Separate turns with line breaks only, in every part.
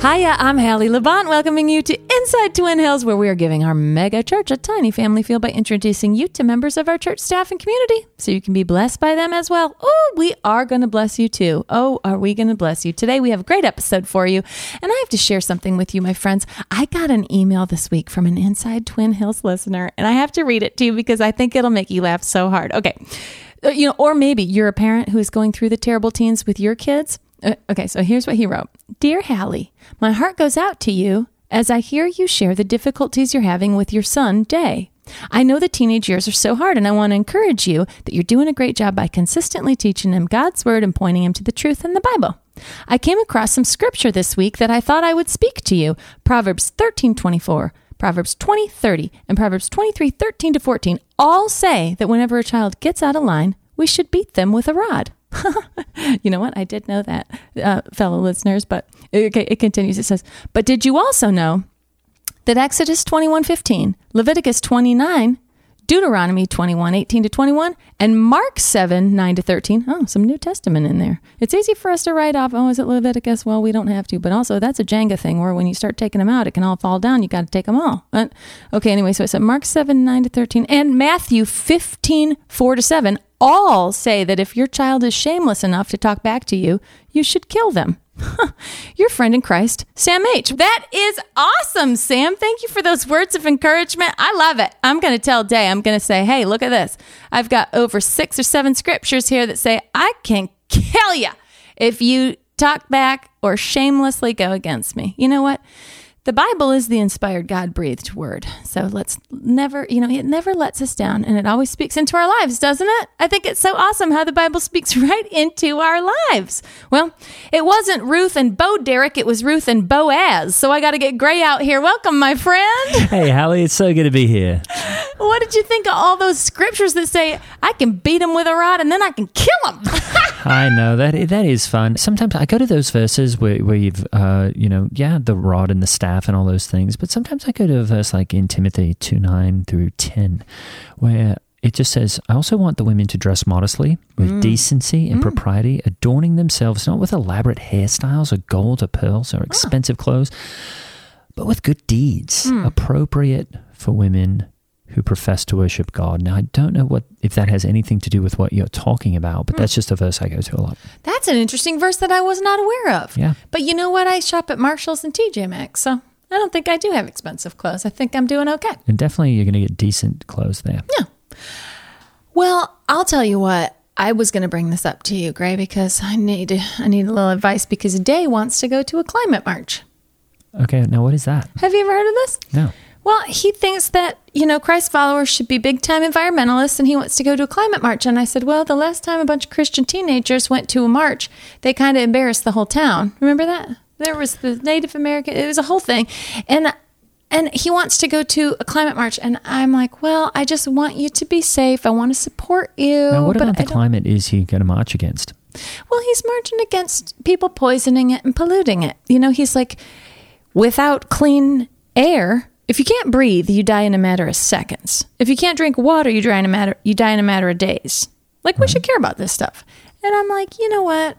Hiya, I'm Hallie Levant, welcoming you to Inside Twin Hills, where we are giving our mega church a tiny family feel by introducing you to members of our church staff and community so you can be blessed by them as well. Oh, we are going to bless you too. Oh, are we going to bless you? Today we have a great episode for you, and I have to share something with you, my friends. I got an email this week from an Inside Twin Hills listener, and I have to read it to you because I think it'll make you laugh so hard. Okay. Uh, You know, or maybe you're a parent who is going through the terrible teens with your kids. Uh, okay, so here's what he wrote Dear Hallie, my heart goes out to you as I hear you share the difficulties you're having with your son, Day. I know the teenage years are so hard, and I want to encourage you that you're doing a great job by consistently teaching him God's word and pointing him to the truth in the Bible. I came across some scripture this week that I thought I would speak to you Proverbs 13 24. Proverbs 20, 30, and Proverbs 23, 13 to 14 all say that whenever a child gets out of line, we should beat them with a rod. you know what? I did know that, uh, fellow listeners, but okay, it continues. It says, But did you also know that Exodus 21:15, Leviticus 29, Deuteronomy 21, 18 to 21, and Mark 7, 9 to 13. Oh, some New Testament in there. It's easy for us to write off, oh, is it Leviticus? Well, we don't have to, but also that's a Jenga thing where when you start taking them out, it can all fall down. You got to take them all. Uh, okay, anyway, so I said Mark 7, 9 to 13, and Matthew 15, 4 to 7 all say that if your child is shameless enough to talk back to you, you should kill them. Your friend in Christ, Sam H. That is awesome, Sam. Thank you for those words of encouragement. I love it. I'm going to tell Day, I'm going to say, hey, look at this. I've got over six or seven scriptures here that say, I can kill you if you talk back, or shamelessly go against me. You know what? The Bible is the inspired, God breathed word. So let's never, you know, it never lets us down and it always speaks into our lives, doesn't it? I think it's so awesome how the Bible speaks right into our lives. Well, it wasn't Ruth and Bo Derek, it was Ruth and Boaz. So I got to get Gray out here. Welcome, my friend.
Hey, Hallie, it's so good to be here.
What did you think of all those scriptures that say, I can beat him with a rod and then I can kill him?
I know that that is fun. Sometimes I go to those verses where, where you've, uh, you know, yeah, the rod and the staff and all those things. But sometimes I go to a verse like in Timothy two nine through ten, where it just says, "I also want the women to dress modestly with decency and propriety, adorning themselves not with elaborate hairstyles or gold or pearls or expensive clothes, but with good deeds appropriate for women." Who profess to worship God? Now I don't know what if that has anything to do with what you're talking about, but that's just a verse I go to a lot.
That's an interesting verse that I was not aware of.
Yeah.
But you know what? I shop at Marshalls and TJ Maxx, so I don't think I do have expensive clothes. I think I'm doing okay.
And definitely you're going to get decent clothes there.
Well, I'll tell you what. I was going to bring this up to you, Gray, because I need I need a little advice because Day wants to go to a climate march.
Okay, now what is that?
Have you ever heard of this?
No.
Well, he thinks that, you know, Christ followers should be big time environmentalists and he wants to go to a climate march. And I said, well, the last time a bunch of Christian teenagers went to a march, they kind of embarrassed the whole town. Remember that? There was the Native American, it was a whole thing. And and he wants to go to a climate march and I'm like, "Well, I just want you to be safe. I want to support you."
Now, what
but
about
I
the
don't-
climate is he going to march against?
well, he's marching against people poisoning it and polluting it. You know, he's like, without clean air, if you can't breathe, you die in a matter of seconds. If you can't drink water, you die in a matter you die in a matter of days. Like we should care about this stuff. And I'm like, you know what?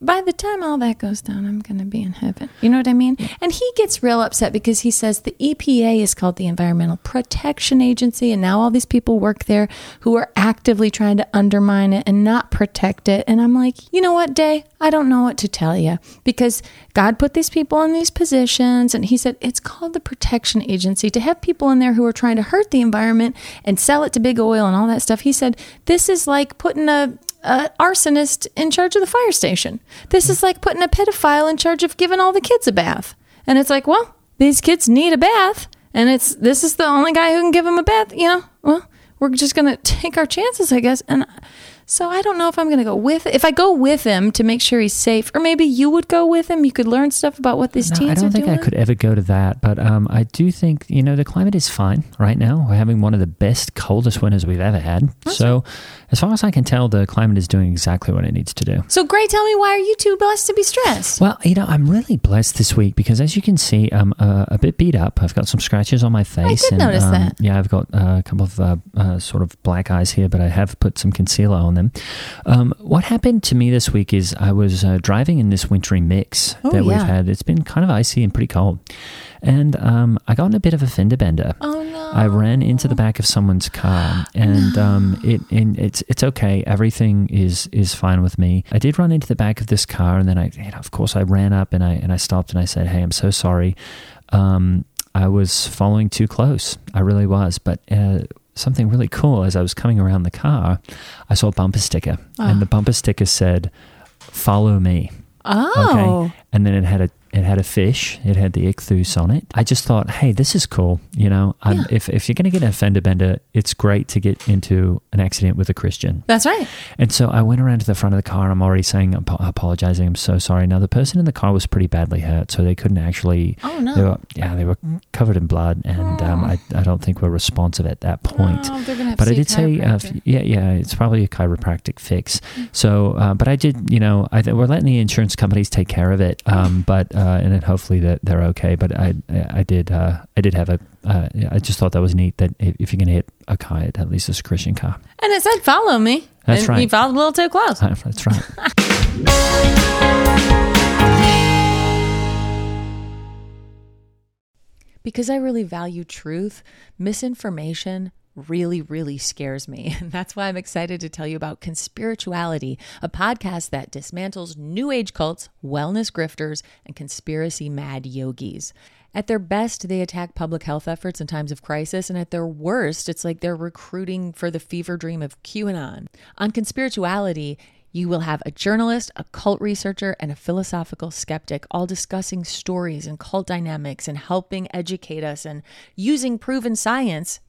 By the time all that goes down, I'm going to be in heaven. You know what I mean? And he gets real upset because he says the EPA is called the Environmental Protection Agency, and now all these people work there who are actively trying to undermine it and not protect it. And I'm like, you know what, Day? I don't know what to tell you because God put these people in these positions, and He said it's called the Protection Agency to have people in there who are trying to hurt the environment and sell it to big oil and all that stuff. He said this is like putting a uh, arsonist in charge of the fire station. This is like putting a pedophile in charge of giving all the kids a bath. And it's like, well, these kids need a bath, and it's this is the only guy who can give them a bath. You know, well, we're just gonna take our chances, I guess. And so I don't know if I'm gonna go with if I go with him to make sure he's safe, or maybe you would go with him. You could learn stuff about what these
No,
teens
I
are
don't think
doing.
I could ever go to that, but um, I do think you know the climate is fine right now. We're having one of the best, coldest winters we've ever had. So, as far as I can tell, the climate is doing exactly what it needs to do.
So Gray, tell me why are you too blessed to be stressed?
Well, you know, I'm really blessed this week because, as you can see, I'm uh, a bit beat up. I've got some scratches on my face. um,
did notice that.
Yeah, I've got uh, a couple of uh, uh, sort of black eyes here, but I have put some concealer on them. Um, what happened to me this week is I was uh, driving in this wintry mix
Oh,
that we've
yeah.
had. It's been kind of icy and pretty cold. And um, I got in a bit of a fender bender.
Oh no.
I ran into the back of someone's car, and um, it, and it's it's okay. Everything is is fine with me. I did run into the back of this car, and then I, you know, of course, I ran up and I and I stopped and I said, "Hey, I'm so sorry. Um, I was following too close. I really was." But uh, something really cool as I was coming around the car, I saw a bumper sticker, and the
Ah.
bumper sticker said, "Follow me."
Oh.
And then it had a it had a fish. It had the ichthus on it. I just thought, hey, this is cool. You know, I'm, if if you're going to get a fender bender, it's great to get into an accident with a Christian.
That's right.
And so I went around to the front of the car and I'm already saying, I'm apologizing. I'm so sorry. Now, the person in the car was pretty badly hurt, so they couldn't actually.
Oh, no. Mm.
They were, yeah, they were covered in blood, and um, I, I don't think we're responsive at that point.
Oh, they're gonna have to
but I
see a
did say, uh,
chiropractor.
yeah, yeah, it's probably a chiropractic fix. So, uh, but I did, you know, I, th- we're letting the insurance companies take care of it, um, but uh, and then hopefully that they're okay. But I, I I did, uh, I did have a, uh, I just thought that was neat that if, if you're going to hit a car, it at least it's a Christian car.
And it said, "Follow me."
That's
and
right.
You followed a little too close.
That's right.
because I really value truth, misinformation really, really scares me. And that's why I'm excited to tell you about Conspirituality, a podcast that dismantles new age cults, wellness grifters, and conspiracy mad yogis. At their best, they attack public health efforts in times of crisis, and at their worst, it's like they're recruiting for the fever dream of QAnon. On Conspirituality, You will have a journalist, a cult researcher, and a philosophical skeptic all discussing stories and cult dynamics and helping educate us and using proven science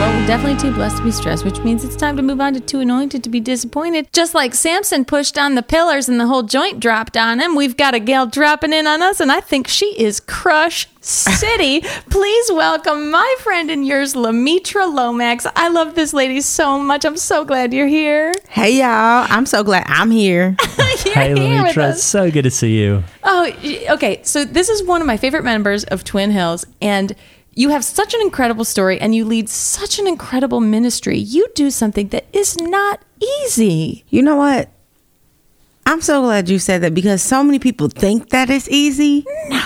Well, we're definitely too blessed to be stressed, which means it's time to move on to too anointed to be disappointed. Just like Samson pushed on the pillars and the whole joint dropped on him, we've got a gal dropping in on us, and I think she is Crush City. Please welcome my friend and yours, Lamitra Lomax. I love this lady so much. I'm so glad you're here.
Hey y'all, I'm so glad I'm here.
You're
Hey,
here with
Lemitra,
us.
it's so good to see you.
Oh, y- okay. So this is one of my favorite members of Twin Hills, and you have such an incredible story, and you lead such an incredible ministry. You do something that is not easy.
You know what? I'm so glad you said that because so many people think that it's easy
No,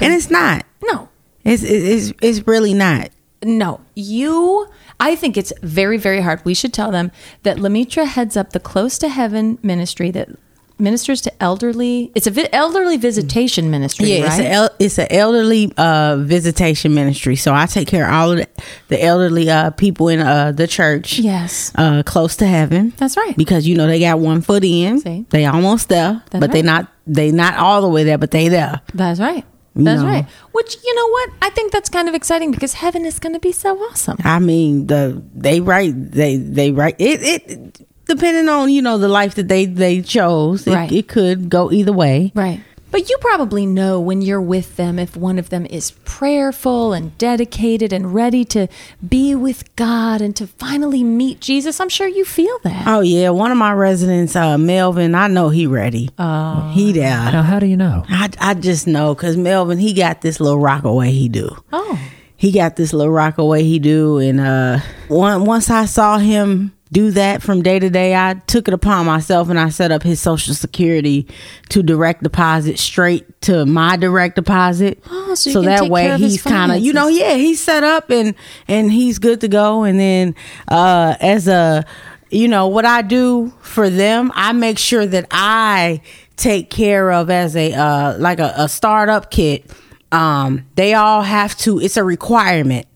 and it's not.
no,
It's it's it's it's really not.
no. You, I think it's very, very hard. We should tell them that Lemitra heads up the Close to Heaven ministry that ministers to elderly. It's a vi- elderly visitation ministry,
Yeah, it's
right?
a el- it's an elderly uh, visitation ministry. So I take care of all of the, the elderly uh, people in uh, the church.
yes,
Uh, close to heaven.
that's right.
because you know they got one foot in.
See?
They almost there,
That's
but they
right.
not they not all the way there, but they there.
That's right. That's
know.
right. Which you know what? I think that's kind of exciting because heaven is going to be so awesome.
I mean, the they right they they right it it depending on you know the life that they they chose. It,
Right.
it could go either way.
Right. But you probably know when you're with them if one of them is prayerful and dedicated and ready to be with God and to finally meet Jesus. I'm sure you feel that.
Oh yeah, one of my residents, uh, Melvin. I know he ready. Oh, he there.
Now, how do you know?
I I just know because Melvin he got this little rockaway he do.
Oh,
he got this little rock away he do and uh one, once i saw him do that from day to day i took it upon myself and i set up his social security to direct deposit straight to my direct deposit
Oh, so you can
that
take
way
care of his
he's kind of you know
finances.
yeah he's set up and and he's good to go and then uh as a you know what i do for them i make sure that i take care of as a uh like a, a startup kit um they all have to it's a requirement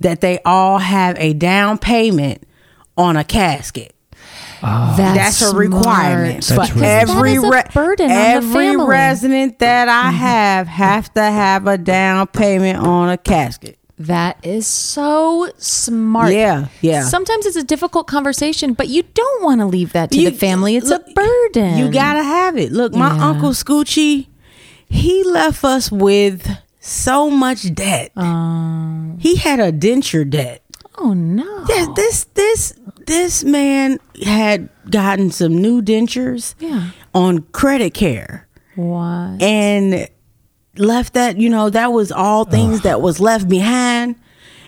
that they all have a down payment on a casket
that's,
Oh, that's a requirement
smart.
for
That's really
Because
every
that is a
re-
burden on the
every
family.
resident that I have have to have a down payment on a casket.
That is so smart.
Yeah, yeah.
Sometimes it's a difficult conversation, but you don't want to leave that to
You-
the family. It's
look,
a burden.
You gotta have it. Look, my
Yeah.
uncle Scoochie, he left us with so much debt.
Um,
he had a denture debt.
Oh no.
Yeah, this this this man had gotten some new dentures
Yeah.
on credit care.
What?
and left that you know that was all things that was left behind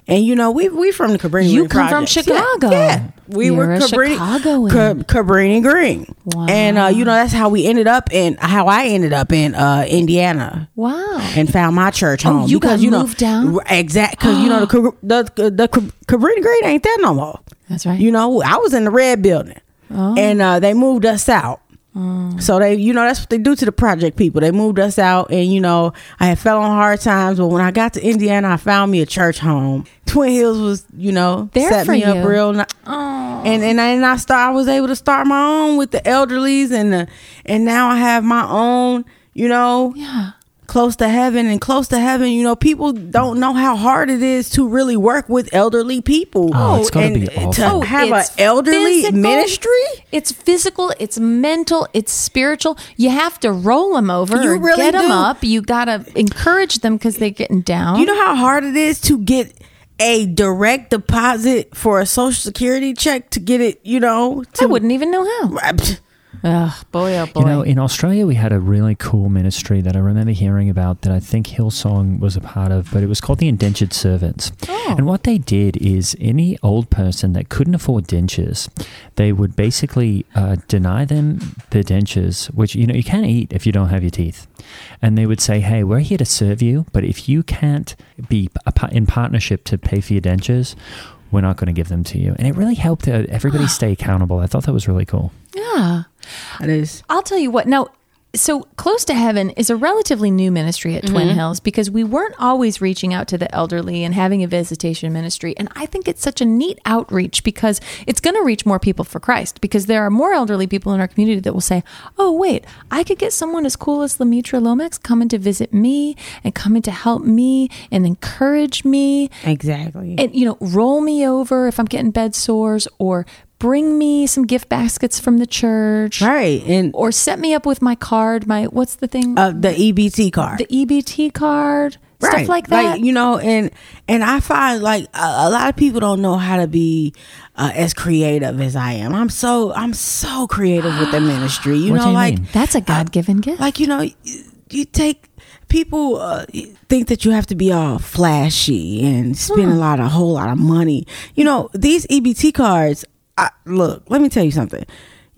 and you know we we from the Cabrini
You
Ring
come from
Projects. Yeah,
Chicago.
yeah, we
You're
were
a
Cabrini,
Chicagoan.
Cab- Cabrini Green,
Wow.
and uh, you know that's how we ended up in how I ended up in uh, Indiana
Wow.
and found my church
Oh,
home.
you got
know,
moved down?
exact because you know the Cab- the the Cab- Cabrini Green ain't there no more.
That's right. Oh.
You know, I was in the red building, and uh, they moved us out. So they, you know, that's what they do to the project people. They moved us out, and you know, I had fell on hard times. But when I got to Indiana, I found me a church home. Twin Hills was, you know,
There
set
for
me
you. Oh.
up real. Ni- and and I, and I start, I was able to start my own with the elderlies, and the, and now I have my own. You know,
Yeah.
close to heaven and close to heaven you know people don't know how hard it is to really work with elderly people
Oh, it's gotta
and
be awful.
to have an
Oh, it's
elderly
physical,
ministry
It's physical, it's mental, it's spiritual. You have to roll them over,
You
or
really
get them
do.
up. You gotta encourage them because they're getting down.
you know how hard it is to get a direct deposit for a social security check to get it you know to
I wouldn't even know how. Ugh, boy, oh boy.
You know, in Australia, we had a really cool ministry that I remember hearing about that I think Hillsong was a part of, but it was called the Indentured Servants. And what they did is any old person that couldn't afford dentures, they would basically uh, deny them the dentures, which, you know, you can't eat if you don't have your teeth. And they would say, hey, we're here to serve you, but if you can't be a pa- in partnership to pay for your dentures, we're not going to give them to you. And it really helped uh, everybody stay accountable. I thought that was really cool.
yeah.
it is
I'll tell you what. Now, so Close to Heaven is a relatively new ministry at Twin Hills because we weren't always reaching out to the elderly and having a visitation ministry. And I think it's such a neat outreach because it's going to reach more people for Christ because there are more elderly people in our community that will say, oh, wait, I could get someone as cool as Lemaitre Lomax coming to visit me and coming to help me and encourage me
exactly
and you know roll me over if i'm getting bed sores or bring me some gift baskets from the church
right and
or set me up with my card my what's the thing
uh, the ebt card
the ebt card stuff like that
you know, and and I find like a, a lot of people don't know how to be uh, as creative as I am. I'm so I'm so creative with the ministry. You
What
know,
do you
like
mean?
that's a god-given gift
Uh, like you know, you, you take people uh, think that you have to be all flashy and spend
Hmm.
a lot, a whole lot of money. You know, these EBT cards. I, look, let me tell you something.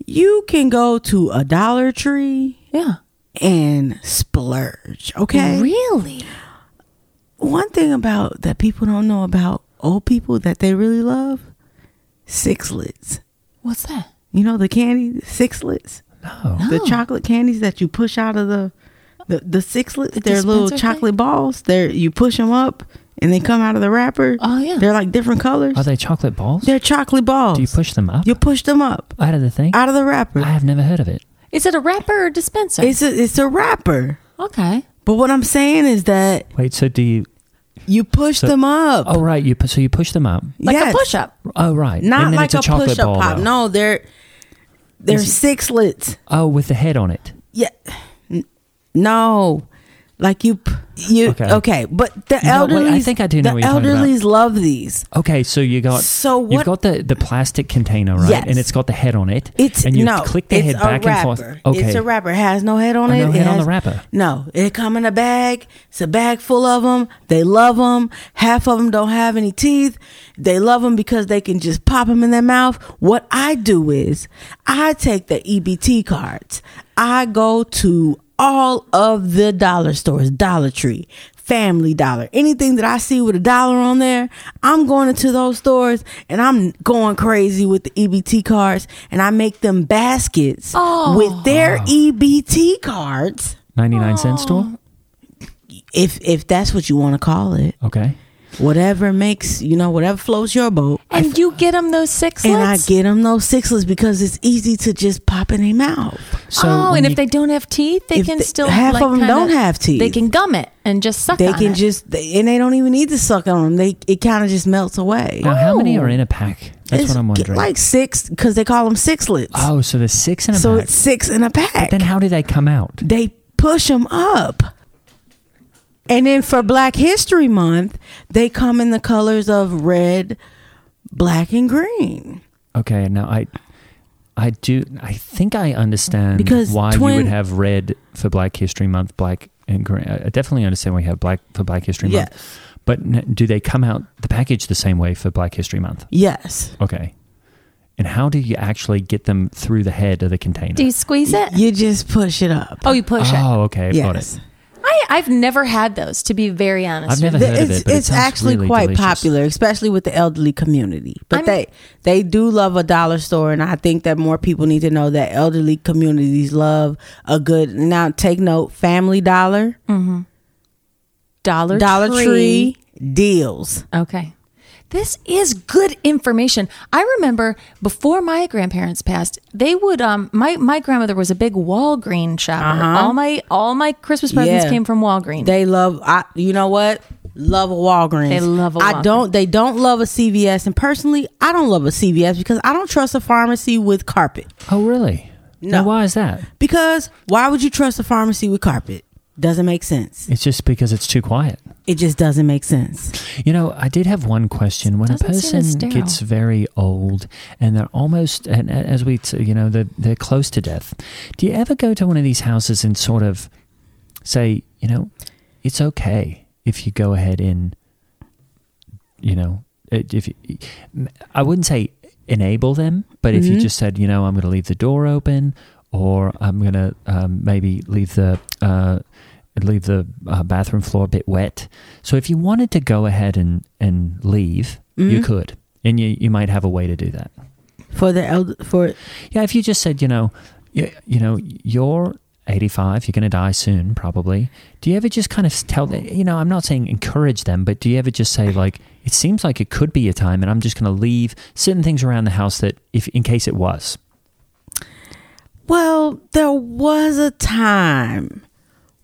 You can go to a Dollar Tree
yeah
and splurge. Okay,
really
one thing about that people don't know about old people that they really love sixlets
what's that
you know the candy sixlets
No.
the
Oh.
chocolate candies that you push out of the the, the sixlets they're little
dispenser
chocolate balls they're you push them up and they come out of the wrapper
Oh, yeah.
they're like different colors
Are they chocolate balls?
they're chocolate balls
Do you push them up
you push them up
out of the thing?
out of the wrapper
I have never heard of it.
is it a wrapper or dispenser
it's a it's a wrapper
okay
but what i'm saying is that
Wait, so do you?
you push
So-
them up
Oh, right. You pu- so you push them up.
like
Yes.
a push-up
Oh, right.
not
and then
like
it's a,
a,
chocolate
push-up
ball.
pop.
though.
No, they're they're sixlets.
Oh, with the head on it.
Yeah, N- no, like you p- you
Okay.
okay. But the
No, wait,
elderly,
I think I do know
The
what you're talking about.
elderlies love these.
Okay, so you got
So
you've
what-
got the, the plastic container, right?
Yes.
And it's got the head on it.
It's
and you
no,
click the
it's
head
a
back
wrapper.
and forth. Okay,
It's a wrapper. It has no head on
Oh,
it.
no
It
head on
has-
the wrapper.
No, it come in a bag. It's a bag full of them. They love them. Half of them don't have any teeth. They love them because they can just pop them in their mouth. What I do is I take the EBT cards. I go to all of the dollar stores, Dollar Tree, Family Dollar, anything that I see with a dollar on there, I'm going into those stores and I'm going crazy with the EBT cards and I make them baskets with their EBT cards.
ninety nine cent store.
If if that's what you want to call it,
Okay,
whatever makes, you know, whatever floats your boat.
and you get them those six
And I get them those sixlets because it's easy to just pop in their mouth.
so
oh,
when
and
you-
if they don't have teeth, they
If
can
the-
still
half
like,
of 'em
kinda-
don't have teeth.
They can gum it and just suck.
They
on
can
it.
just, they, and they don't even need to suck on them. They it kind of just melts away.
now how many are in a pack? That's
Oh. It's
what I'm wondering.
Like six, because they call them sixlets.
oh, so there's six in a
so
pack.
it's six in a pack.
then how do they come out?
they push them up. And then for Black History Month, they come in the colors of red, black, and green.
Okay, now I, I do. I think I understand
Because
why you would
twin-
have red for Black History Month, black and green. I I definitely understand why you have black for Black History Month.
Yes.
But n- do they come out the package the same way for Black History Month?
Yes.
Okay, And how do you actually get them through the head of the container?
Do you squeeze it?
You just push it up.
Oh, you push it.
oh, okay. Got
yes.
it.
I, I've never had those, to be very honest.
I've never
The-
heard of
it's
it, but it
it's
sounds
actually
really
quite
delicious.
popular, especially with the elderly community. But
I'm-
they they do love a dollar store, and I think that more people need to know that elderly communities love a good. Now, take note: Family Dollar,
Dollar,
Dollar Tree, deals.
Okay. This is good information. I remember before my grandparents passed, they would um my my grandmother was a big Walgreen shopper. All my all my Christmas presents
Uh-huh. Yeah.
came from Walgreen.
They love. I, you know what? Love a Walgreens.
They love a
I
Walgreens.
don't. They don't love a CVS, and personally, I don't love a CVS because I don't trust a pharmacy with carpet.
Oh, really?
No.
Now, why is that?
Because why would you trust a pharmacy with carpet? Doesn't make sense.
It's just because it's too quiet.
It just doesn't make sense.
You know, I did have one question. When a
Doesn't seem as
person
sterile.
gets very old and they're almost, and a- as we, t- you know, they're, they're close to death, do you ever go to one of these houses and sort of say, you know, it's okay if you go ahead and, you know, it- if you, I wouldn't say enable them, but if you just said, you know, I'm going to leave the door open, or I'm going to um, maybe leave the uh, leave the uh, bathroom floor a bit wet. So if you wanted to go ahead and and leave, you could, and you you might have a way to do that.
for the elder for
Yeah, if you just said, you know, you, you know, you're 85, you're going to die soon, probably. Do you ever just kind of tell, the- you know, I'm not saying encourage them, but do you ever just say like, it seems like it could be a time, and I'm just going to leave certain things around the house that, if in case it was,
well there was a time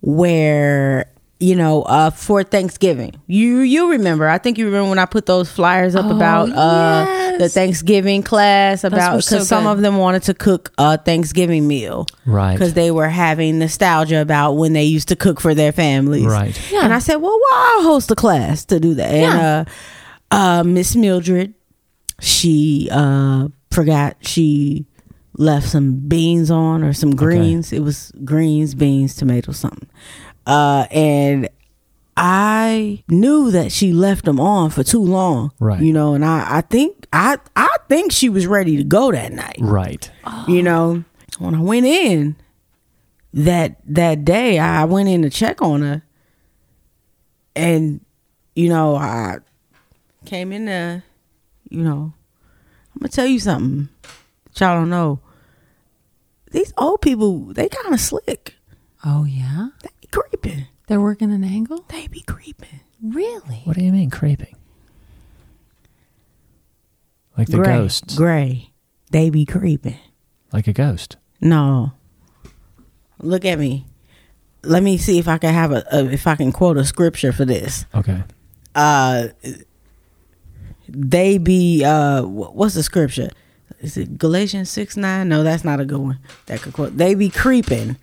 where you know uh for thanksgiving you you remember i think you remember when i put those flyers up about uh the
Oh, yes.
thanksgiving class about
were
because
so
some
good.
of them wanted to cook a thanksgiving meal
right?
because they were having nostalgia about when they used to cook for their families
Right.
Yeah.
and i said well, well i'll host a class to do that
Yeah.
and uh uh miss mildred she uh forgot she left some beans on or some greens it was greens beans tomatoes something uh and i knew that she left them on for too long
Right.
you know and i i think i i think she was ready to go that night
right.
you know when i went in that that day i went in to check on her and you know i came in there you know i'm gonna tell you something that y'all don't know these old people they kind of slick
oh yeah.
they be creeping
They're working an angle?
they be creeping
Really?
What do you mean creeping? Like the
gray
ghosts,
gray they be creeping
like a ghost.
No. Look at me. Let me see if I can have a, a if I can quote a scripture for this.
Okay.
Uh they be uh wh- what's the scripture? Is it Galatians 6 9? No, that's not a good one. That could quote. They be creeping.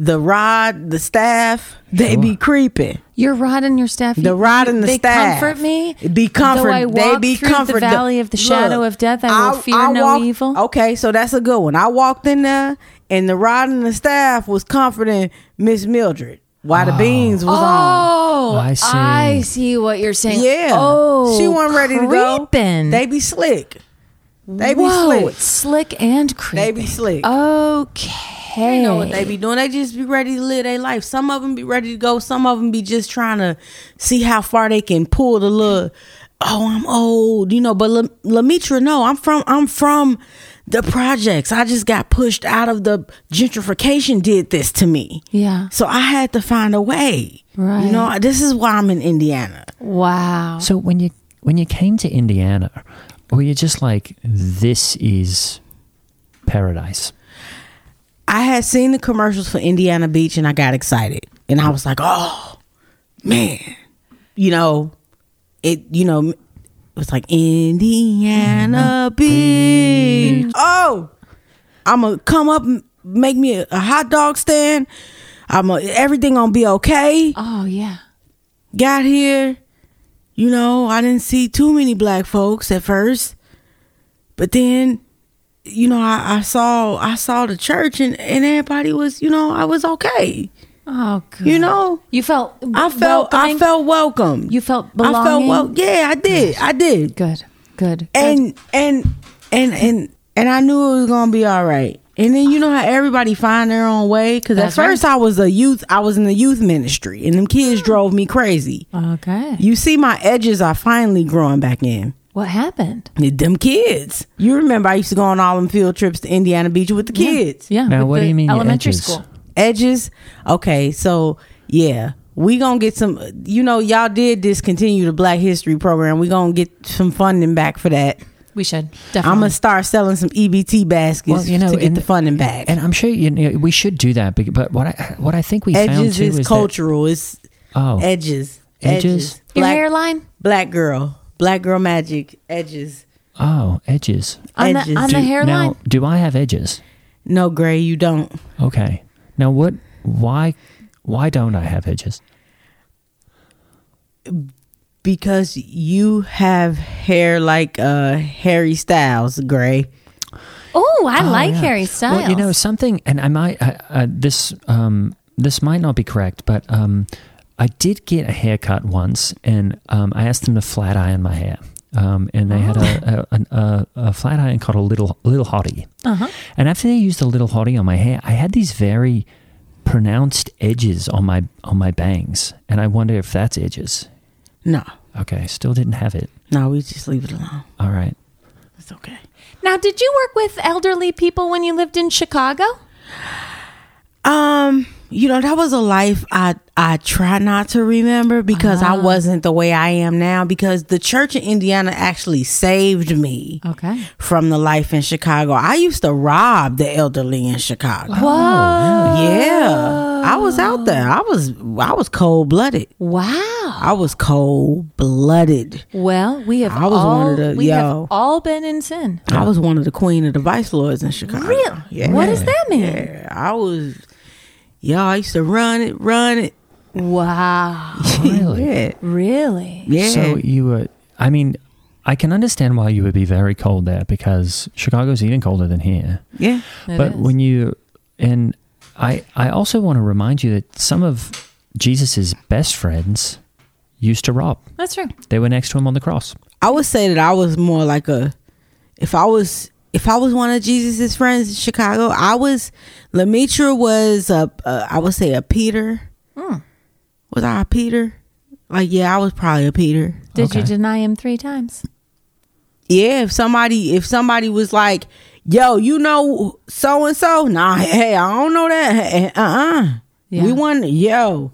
The rod, the staff, they be
Sure.
creeping.
Your rod and your staff.
The
you-
rod and the
they
staff.
comfort me.
Be comfort.
Though I
they
walk
be
through
comfort.
the valley of the shadow
Look,
of death, I will fear no
walk-
evil.
Okay, so that's a good one. I walked in there, and the rod and the staff was comforting Miss Mildred while the beans was on.
Oh,
I see.
I see what you're saying.
Yeah.
Oh,
she wasn't ready to go.
creeping.
They be slick. They be
Whoa,
slick.
it's slick and creepy.
They be slick.
Okay.
You know what they be doing? They just be ready to live their life. Some of them be ready to go. Some of them be just trying to see how far they can pull the little. Oh, I'm old, you know. But La- Lamitra, no, I'm from I'm from the projects. I just got pushed out of the gentrification. Did this to me,
Yeah.
so I had to find a way.
Right.
You know, this is why I'm in Indiana.
Wow.
So when you when you came to Indiana, were you just like this is paradise?
I had seen the commercials for Indiana Beach and I got excited. And I was like, oh, man. You know, it, you know, it was like Indiana Beach. Oh, I'm going to come up and make me a, a hot dog stand. I'm going to everything going to be okay.
oh yeah.
Got here, you know, I didn't see too many black folks at first. But then you know, I, I saw I saw the church and, and everybody was, you know, I was okay.
Oh good.
You know,
you felt.
I felt I
welcoming?
felt welcome.
You felt
I felt
belonging?
well. Yeah, I did. I did.
good. Good.
And and and and and I knew it was gonna be all right. And then you know how everybody find their own way because at
That's right. Mm.
first I was a youth, I was in the youth ministry, and them kids drove me crazy.
Okay.
You see, my edges are finally growing back in.
what happened?
Them kids, you remember I used to go on all them field trips to Indiana Beach with the kids.
Yeah.
Now,
with
what do
the
you mean your
Elementary
edges?
school.
edges. Okay, so yeah, we gonna get some. You know, y'all did discontinue the Black History program. We gonna get some funding back for that.
We should definitely.
I'm gonna start selling some EBT baskets
Well, you know,
to get
and-
the funding back.
And I'm sure you know, we should do that. bec- But what I what I think we found
edges
too
is,
is
cultural. it's
That, oh,
edges.
Edges?
Your
Black,
hairline
black girl. Black girl magic. Edges.
oh, edges.
on the,
edges.
on the
Do-
hairline.
Now, do I have edges?
No, Gray, you don't.
Okay. Now, what? Why? Why don't I have edges?
Because you have hair like uh Harry Styles, Gray.
Oh, I like
yeah.
Harry Styles.
Well, you know something, and I might I, uh, this um, this might not be correct, but um, I did get a haircut once, and um, I asked them to flat iron my hair. Um, and they had
Oh.
a, a, an- a, a flat iron called a little little hottie, uh-huh. and after they used a little hottie on my hair, I had these very pronounced edges on my on my bangs, and I wonder if that's edges.
No.
Okay, still didn't have it.
No, we just leave it alone.
All right,
It's okay.
now, did you work with elderly people when you lived in Chicago?
Um, you know, that was a life I I try not to remember because I wasn't the way I am now because the church in Indiana actually saved me
Okay.
from the life in Chicago. I used to rob the elderly in Chicago. Oh,
Whoa.
Yeah. I was out there. I was I was cold blooded.
Wow.
I was cold blooded.
Well, we have
I was
all
one of the-
we
yo.
have all been in sin.
I was one of the queen of the vice lords in Chicago.
Really?
Yeah.
What does that mean?
Yeah. I was yeah, I used to run it, run it.
Wow.
really.
Yeah.
Really?
Yeah.
So you were, I mean, I can understand why you would be very cold there because Chicago's even colder than here.
yeah.
but when you, and I, I also want to remind you that some of Jesus's best friends used to rob.
That's true.
They were next to him on the cross.
I would say that I was more like a if I was if I was one of Jesus's friends in Chicago, I was Lemaitre was a, a I would say a Peter. Was I a Peter? Like yeah, I was probably a Peter.
Did you
Okay.
deny him three times?
Yeah, if somebody if somebody was like, "Yo, you know so and so," nah, hey, I don't know that. Uh uh
Yeah.
we won. Yo,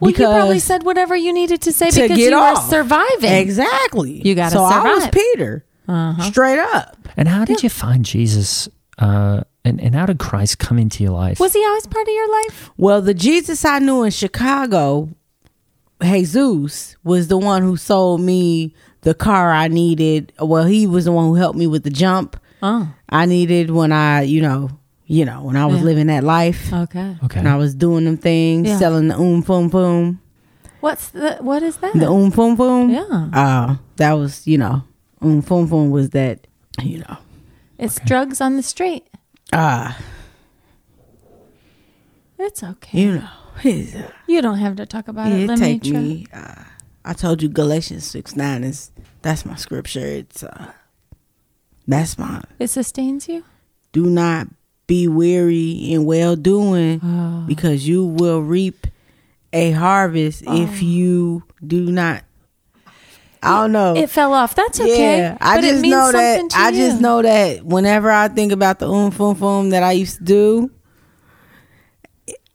Well, you probably
because
said whatever you needed to say
to
because
get
you
off.
were surviving.
exactly.
You gotta
so I was
survive. Uh-huh.
Peter, straight up.
And how did you find Jesus? Uh, and, and how did Christ come into your life?
Was he always part of your life?
Well, the Jesus I knew in Chicago, Jesus, was the one who sold me the car I needed. Well, he was the one who helped me with the jump
Oh,
I needed when I, you know, you know, when I was
Yeah.
living that life.
okay.
okay.
And I was doing them things,
Yeah.
selling the oom foom foom,
What's the what is that?
the oom foom foom.
Yeah.
Uh, that was, you know, oom foom foom was that, you know,
It's drugs on the street.
uh,
It's okay.
you know, it's, uh,
You don't have to talk about it.
it
Let
take
me try.
me, uh, I told you Galatians 6 9 is, that's my scripture. It's, uh, that's my,
It sustains you.
do not be weary in well doing
Oh.
because you will reap a harvest
Oh.
if you do not, I don't know.
It fell off. That's okay.
Oh. Yeah, I
but
just
it means
know
something
that.
to
I
you.
just know that whenever I think about the um fum fum that I used to do,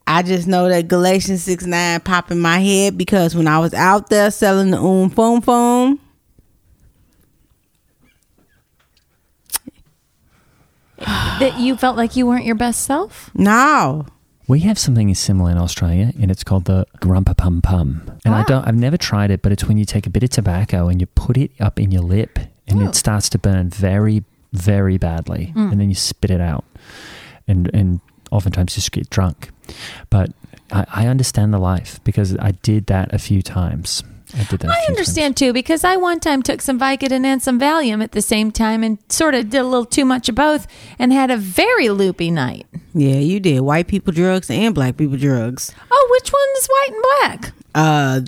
I just know that Galatians six nine pop in my head because when I was out there selling the um fum fum,
that you felt like you weren't your best self.
no,
We have something similar in Australia, and it's called the grumpa pum pum. And
Ah.
I don't, I've never tried it, but it's when you take a bit of tobacco and you put it up in your lip, and
Oh.
it starts to burn very, very badly,
Mm.
and then you spit it out, and and oftentimes just get drunk. But I, I understand the life because I did that a few times. I did that. a
I
few
understand too because I one time took some Vicodin and some Valium at the same time and sort of did a little too much of both and had a very loopy night.
yeah, you did white people drugs and black people drugs.
Oh, which one's white and black?
Uh,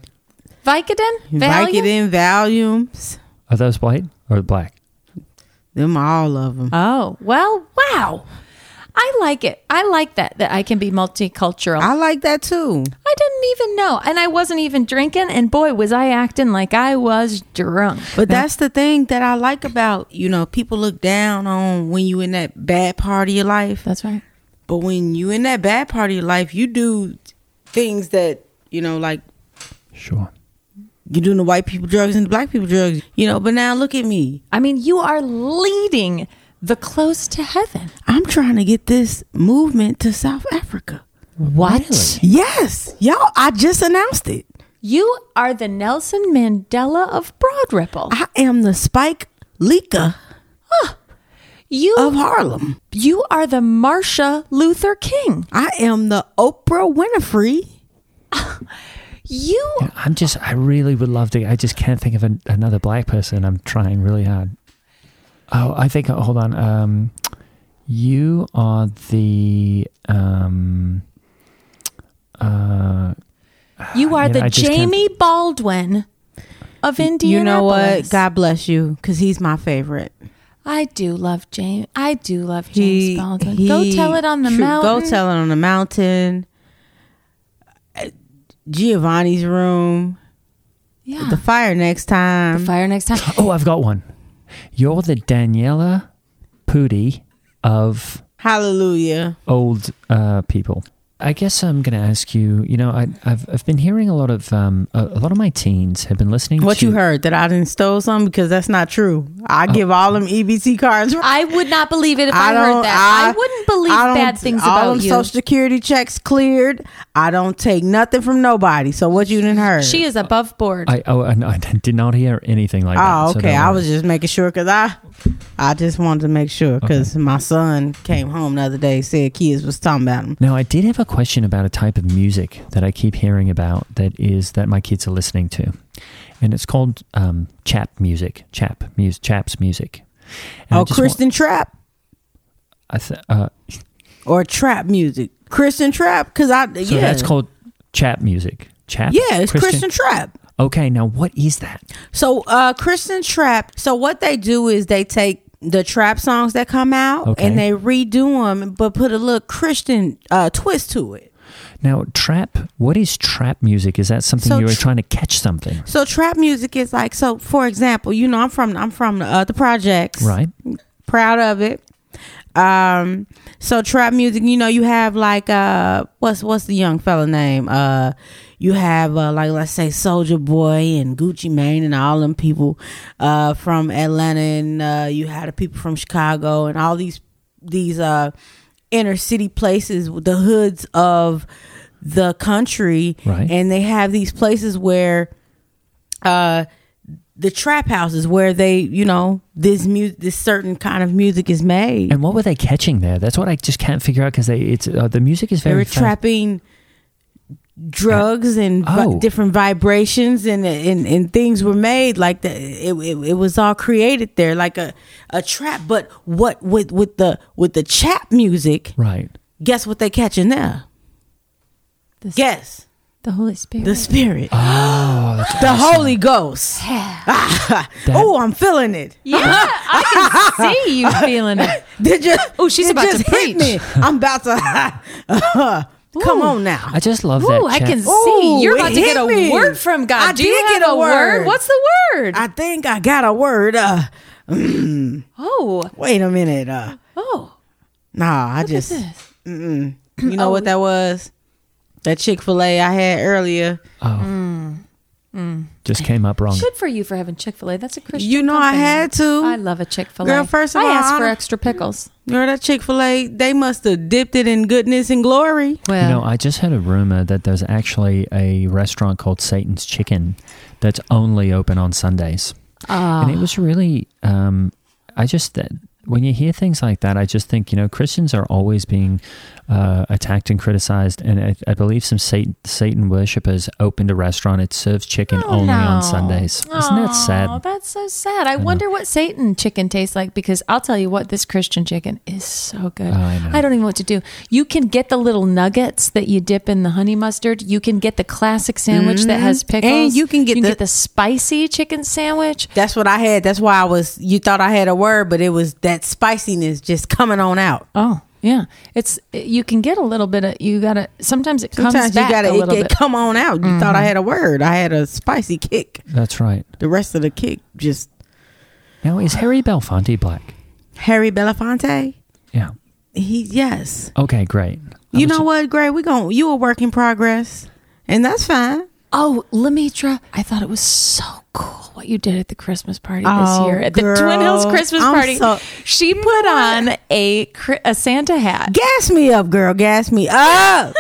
Vicodin, Valium.
Vicodin, Valiums,
Times. Are those white or black?
Them all of them.
Oh, well, wow. I like it. I like that, that I can be multicultural.
I like that too.
I didn't even know. And I wasn't even drinking. And boy, was I acting like I was drunk.
But that's the thing that I like about, you know, people look down on when you in that bad part of your life.
That's right.
But when you in that bad part of your life, you do things that, you know, like
Sure.
you doing the white people drugs and the black people drugs, you know, but now look at me.
I mean, you are leading the close to heaven.
I'm trying to get this movement to South Africa.
What?
Yes. Y'all, I just announced it.
You are the Nelson Mandela of Broad Ripple.
I am the Spike Leaker
You,
of Harlem.
you are the Marsha Luther King.
I am the Oprah Winfrey.
You
I'm just, I really would love to. I just can't think of an, another black person. I'm trying really hard. Oh, I think, hold on. Um, you are the, um, uh,
you are
You know,
the
I just can't-
Jamie Baldwin of Indianapolis.
You know what? God bless you, because he's my favorite.
I do love James. I do love James
He-
Baldwin.
he-
go tell it on the
true,
mountain.
Go tell it on the mountain. Uh, Giovanni's room.
Yeah.
The fire next time.
fire next time.
oh, I've got one. You're the Daniela Pudi of
Hallelujah.
old uh, people. I guess I'm going to ask you. You know, I, I've I've been hearing a lot of um, a, a lot of my teens have been listening.
What
to,
you heard that I didn't stole some because that's not true. I give all them EBT cards.
I would not believe it if I, heard that. I, wouldn't believe
I don't-
bad things
all
about
them
you.
Social security checks cleared. I don't take nothing from nobody. So what you didn't heard?
she is above board.
I oh, and I did not hear anything like that.
Oh,
so
okay.
don't
I
worry.
was just making sure because I, I just wanted to make sure because my son came home the other day said kids was talking about him.
Now, I did have a question about a type of music that I keep hearing about that is that my kids are listening to, and it's called um, chap music, chap music, chaps music. And I
oh,
just want-
Christian trap
I th- uh,
or trap music? Christian trap because I
so
yeah
that's called chap music. Chap.
yeah it's Christian trap.
Okay, now what is that?
So uh Christian trap. So what they do is they take the trap songs that come out
Okay.
and they redo them but put a little Christian uh twist to it.
Now, trap, what is trap music? Is that something
So
you were
tr-
trying to catch something?
So trap music is like so for example, you know I'm from I'm from uh, the projects.
Right?
proud of it um so trap music you know you have like uh what's what's the young fella name uh you have uh, like let's say soldier boy and gucci mane and all them people uh from atlanta and uh you had the people from chicago and all these these uh inner city places the hoods of the country
Right.
and they have these places where uh the trap houses where they you know this music this certain kind of music is made
And what were they catching there? That's what I just can't figure out because they it's uh, the music is
they
very
were
fast.
trapping drugs and vi-
Oh.
different vibrations and, and and things were made like that it, it, it was all created there like a a trap but what with with the with the chap music
Right.
guess what they catching there
This-
guess
the Holy Spirit.
the spirit
Oh,
the holy ghost oh i'm feeling it
yeah, I can see you feeling it.
Did you?
Oh, she's
it
about to
just hit
preach.
me. I'm about to. come on now.
I just love that.
Ooh, I
chat.
can
Ooh,
see you're about
it
to get a
hit me.
word from God.
I
Do you
did
get a word? What's the word?
I think I got a word. Uh,
oh,
wait a minute. Uh,
oh,
nah, I just.
this.
You
Oh.
know what that was? That Chick Fil A I had earlier.
Just came up wrong.
Good for you for having Chick Fil A. That's a Christian.
You know I
company.
had to.
I love a Chick Fil A.
Girl, first of
I
all,
asked for
I-
extra pickles.
You know that Chick Fil A? They must have dipped it in goodness and glory.
Well,
You know, I just had a rumor that there's actually a restaurant called Satan's Chicken that's only open on Sundays. And it was really, um, I just, that when you hear things like that, I just think you know Christians are always being uh, attacked and criticized, and I, I believe some Satan, Satan worshippers opened a restaurant. It serves chicken
Oh,
only
no.
on Sundays. Isn't that
Oh,
sad?
that's so sad. I, wonder what Satan chicken tastes like because I'll tell you what, this Christian chicken is so good.
Oh, I know.
don't even know what to do. You can get the little nuggets that you dip in the honey mustard. You can get the classic sandwich that has pickles.
Mm-hmm. And you can get the-
spicy chicken sandwich.
That's what I had. That's why I was. You thought I had a word, but it was that spiciness just coming on out.
Oh, yeah. It's you can get a little bit of you gotta sometimes it comes
Sometimes you
back
gotta
a
it,
little
it
bit. Mm-hmm.
come on out. You thought I had a word. I had a spicy kick.
That's right.
The rest of the kick just
Now is Harry Belafonte black?
Harry Belafonte.
Yeah.
He yes.
Okay, great. I
You
was-
know what, Gray? We going you a work in progress, and that's fine.
Oh, Lemitra, I thought it was so cool what you did at the Christmas party this
Oh,
year at the
girl.
Twin Hills Christmas
I'm
party.
so-
she put on a cri- a Santa hat
Gas me up, girl. Gas me up.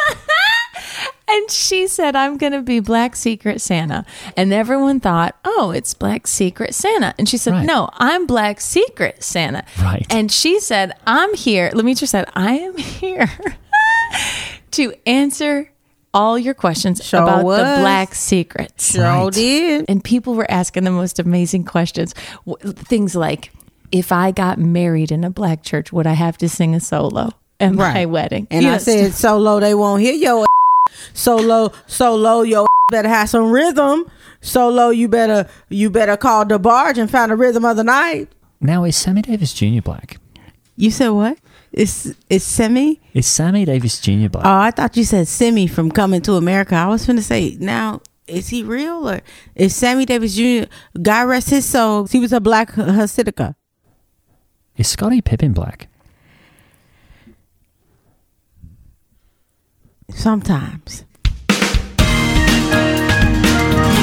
and she said, "I'm going to be Black Secret Santa," and everyone thought, "Oh, it's Black Secret Santa," and she said,
Right.
"No, I'm Black Secret Santa."
Right.
And she said, "I'm here." Lemitra said, "I am here to answer." All your questions
Sure
about the
was.
black secrets.
Sure did.
and people were asking the most amazing questions W- things like if i got married in a black church would i have to sing a solo at my
Right.
wedding
And I
Yes.
said, so low they won't hear your so low, so low your better have some rhythm. So low you better you better call the barge and find the rhythm of the night.
Now is Sammy Davis Jr. black?
You said what? It's it's semi.
Is Sammy Davis Jr. black?
Oh, I thought you said Semi from Coming to America. I was finna say, now is he real or is Sammy Davis Jr. God rest his soul? He was a black Hasidica.
is Scottie Pippen black?
Sometimes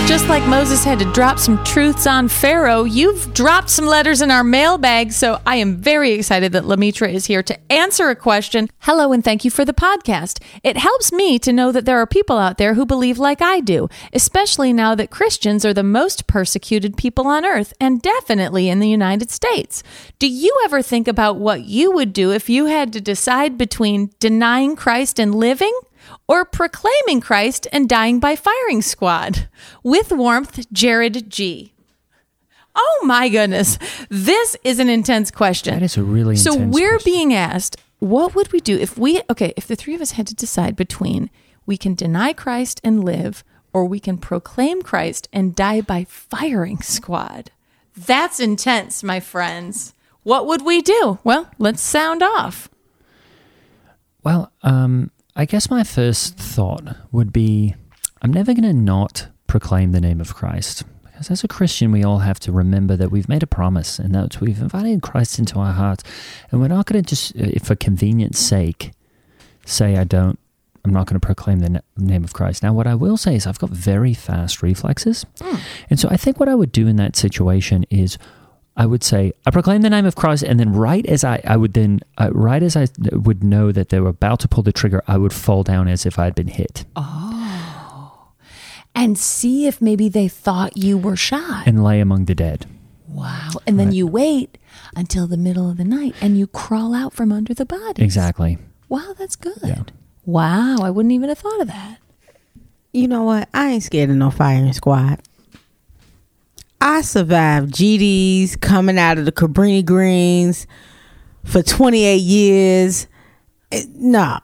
just like moses had to drop some truths on pharaoh you've dropped some letters in our mailbag so i am very excited that lamitra is here to answer a question hello and thank you for the podcast it helps me to know that there are people out there who believe like i do especially now that christians are the most persecuted people on earth and definitely in the united states do you ever think about what you would do if you had to decide between denying christ and living or proclaiming Christ and dying by firing squad. With warmth, Jared G. Oh my goodness. This is an intense question.
That is a really
So
intense
we're
question.
being asked, what would we do if we okay, if the three of us had to decide between we can deny Christ and live or we can proclaim Christ and die by firing squad. That's intense, my friends. What would we do? Well, let's sound off.
Well, um, I guess my first thought would be I'm never going to not proclaim the name of Christ. Because as a Christian, we all have to remember that we've made a promise and that we've invited Christ into our hearts. And we're not going to just, uh, for convenience sake, say, I don't, I'm not going to proclaim the na- name of Christ. Now, what I will say is I've got very fast reflexes. And so I think what I would do in that situation is I would say, I proclaim the name of Christ, and then right as I, I would then, uh, right as I would know that they were about to pull the trigger, I would fall down as if I had been hit.
Oh.
And see if maybe they thought you were shot.
and lay among the dead.
Wow. And then you wait until the middle of the night and you crawl out from under the body.
Exactly.
Wow, that's good. Wow, I wouldn't even have thought of that.
you know what? I ain't scared of no firing squad. I survived GDs coming out of the Cabrini Greens for 28 years. Eh, No,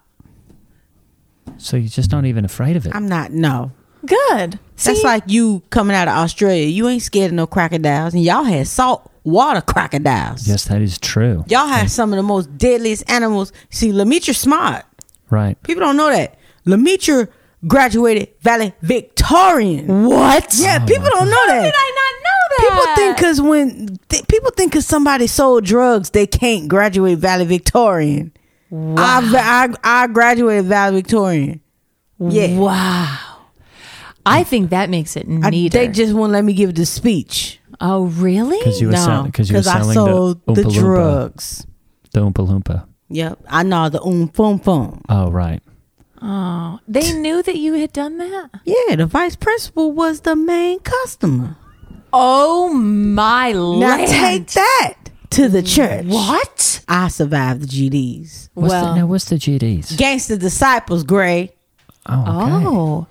So you're just not even afraid of it.
I'm not. No.
Good.
That's like you coming out of Australia. You ain't scared of no crocodiles, and y'all had salt water crocodiles.
yes, that is true.
Y'all have some of the most deadliest animals. See, Lemaitre smart.
Right.
People don't know that. Lemaitre graduated Valley
Mm.
Victorian. What? Yeah,
Oh
people don't know that.
Did I not know
People
that?
think because when th- people think because somebody sold drugs, they can't graduate Valley Victorian. I, va- I I graduated Valley Victorian. Yeah,
Wow. I think that makes it
I-
neater.
they just wouldn't let me give the speech.
oh, really?
Because you were, sell-
No,
'cause you were
I
selling
sold
the,
the,
Oompa Loompa-
drugs.
The Oompa Loompa.
Yep, I know the oom boom boom.
Oh, right.
they knew that you had done that.
Yeah, the vice principal was the main customer.
Oh my
Now
land.
take that. to the church.
What?
I survived the GDs.
What's
well,
the, now, what's the GDs?
Gangster disciples, Gray.
Oh, okay.
Oh,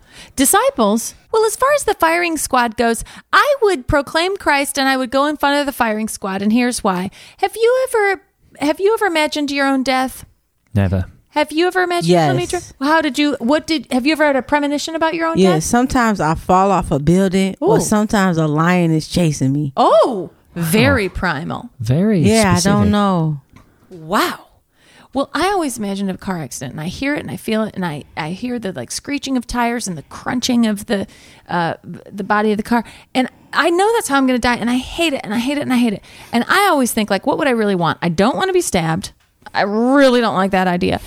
disciples. Well, as far as the firing squad goes, I would proclaim Christ and I would go in front of the firing squad. And here's why: Have you ever have you ever imagined your own death?
Never.
Have you ever imagined?
Yes.
Let me try- How did you? What did? Have you ever had a premonition about your own
Yeah,
death?
sometimes I fall off a building,
Ooh.
or sometimes a lion is chasing me.
Oh, very primal.
Very
yeah,
specific.
I don't know.
Wow. Well, I always imagine a car accident, and I hear it, and I feel it, and I, I hear the like screeching of tires and the crunching of the uh, the body of the car, and I know that's how I'm going to die, and I hate it, and I hate it, and I hate it, and I always think like, what would I really want? I don't want to be stabbed. I really don't like that idea.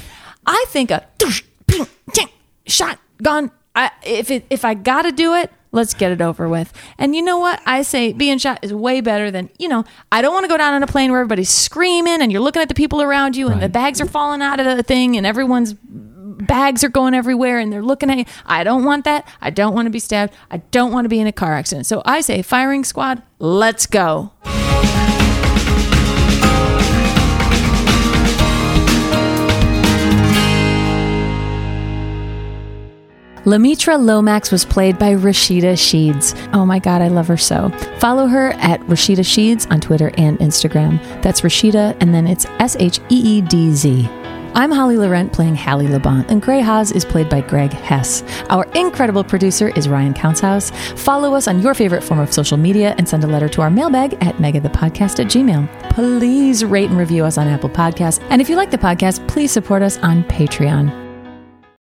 I think a doosh, pew, tink, shot gone. I, if it, if I got to do it, let's get it over with. And you know what? I say being shot is way better than, you know, I don't want to go down on a plane where everybody's screaming and you're looking at the people around you and the bags are falling out of the thing and everyone's bags are going everywhere and they're looking at you. I don't want that. I don't want to be stabbed. I don't want to be in a car accident. So I say, firing squad, let's go. Lamitra Lomax was played by Rashida Sheeds. Oh my God, I love her so. Follow her at Rashida Sheeds on Twitter and Instagram. That's Rashida, and then it's S H E E D Z. I'm Holly Laurent playing Hallie Labont, and Gray Haas is played by Greg Hess. Our incredible producer is Ryan Countshouse. Follow us on your favorite form of social media and send a letter to our mailbag at megathepodcast at gmail. Please rate and review us on Apple Podcasts. And if you like the podcast, please support us on Patreon.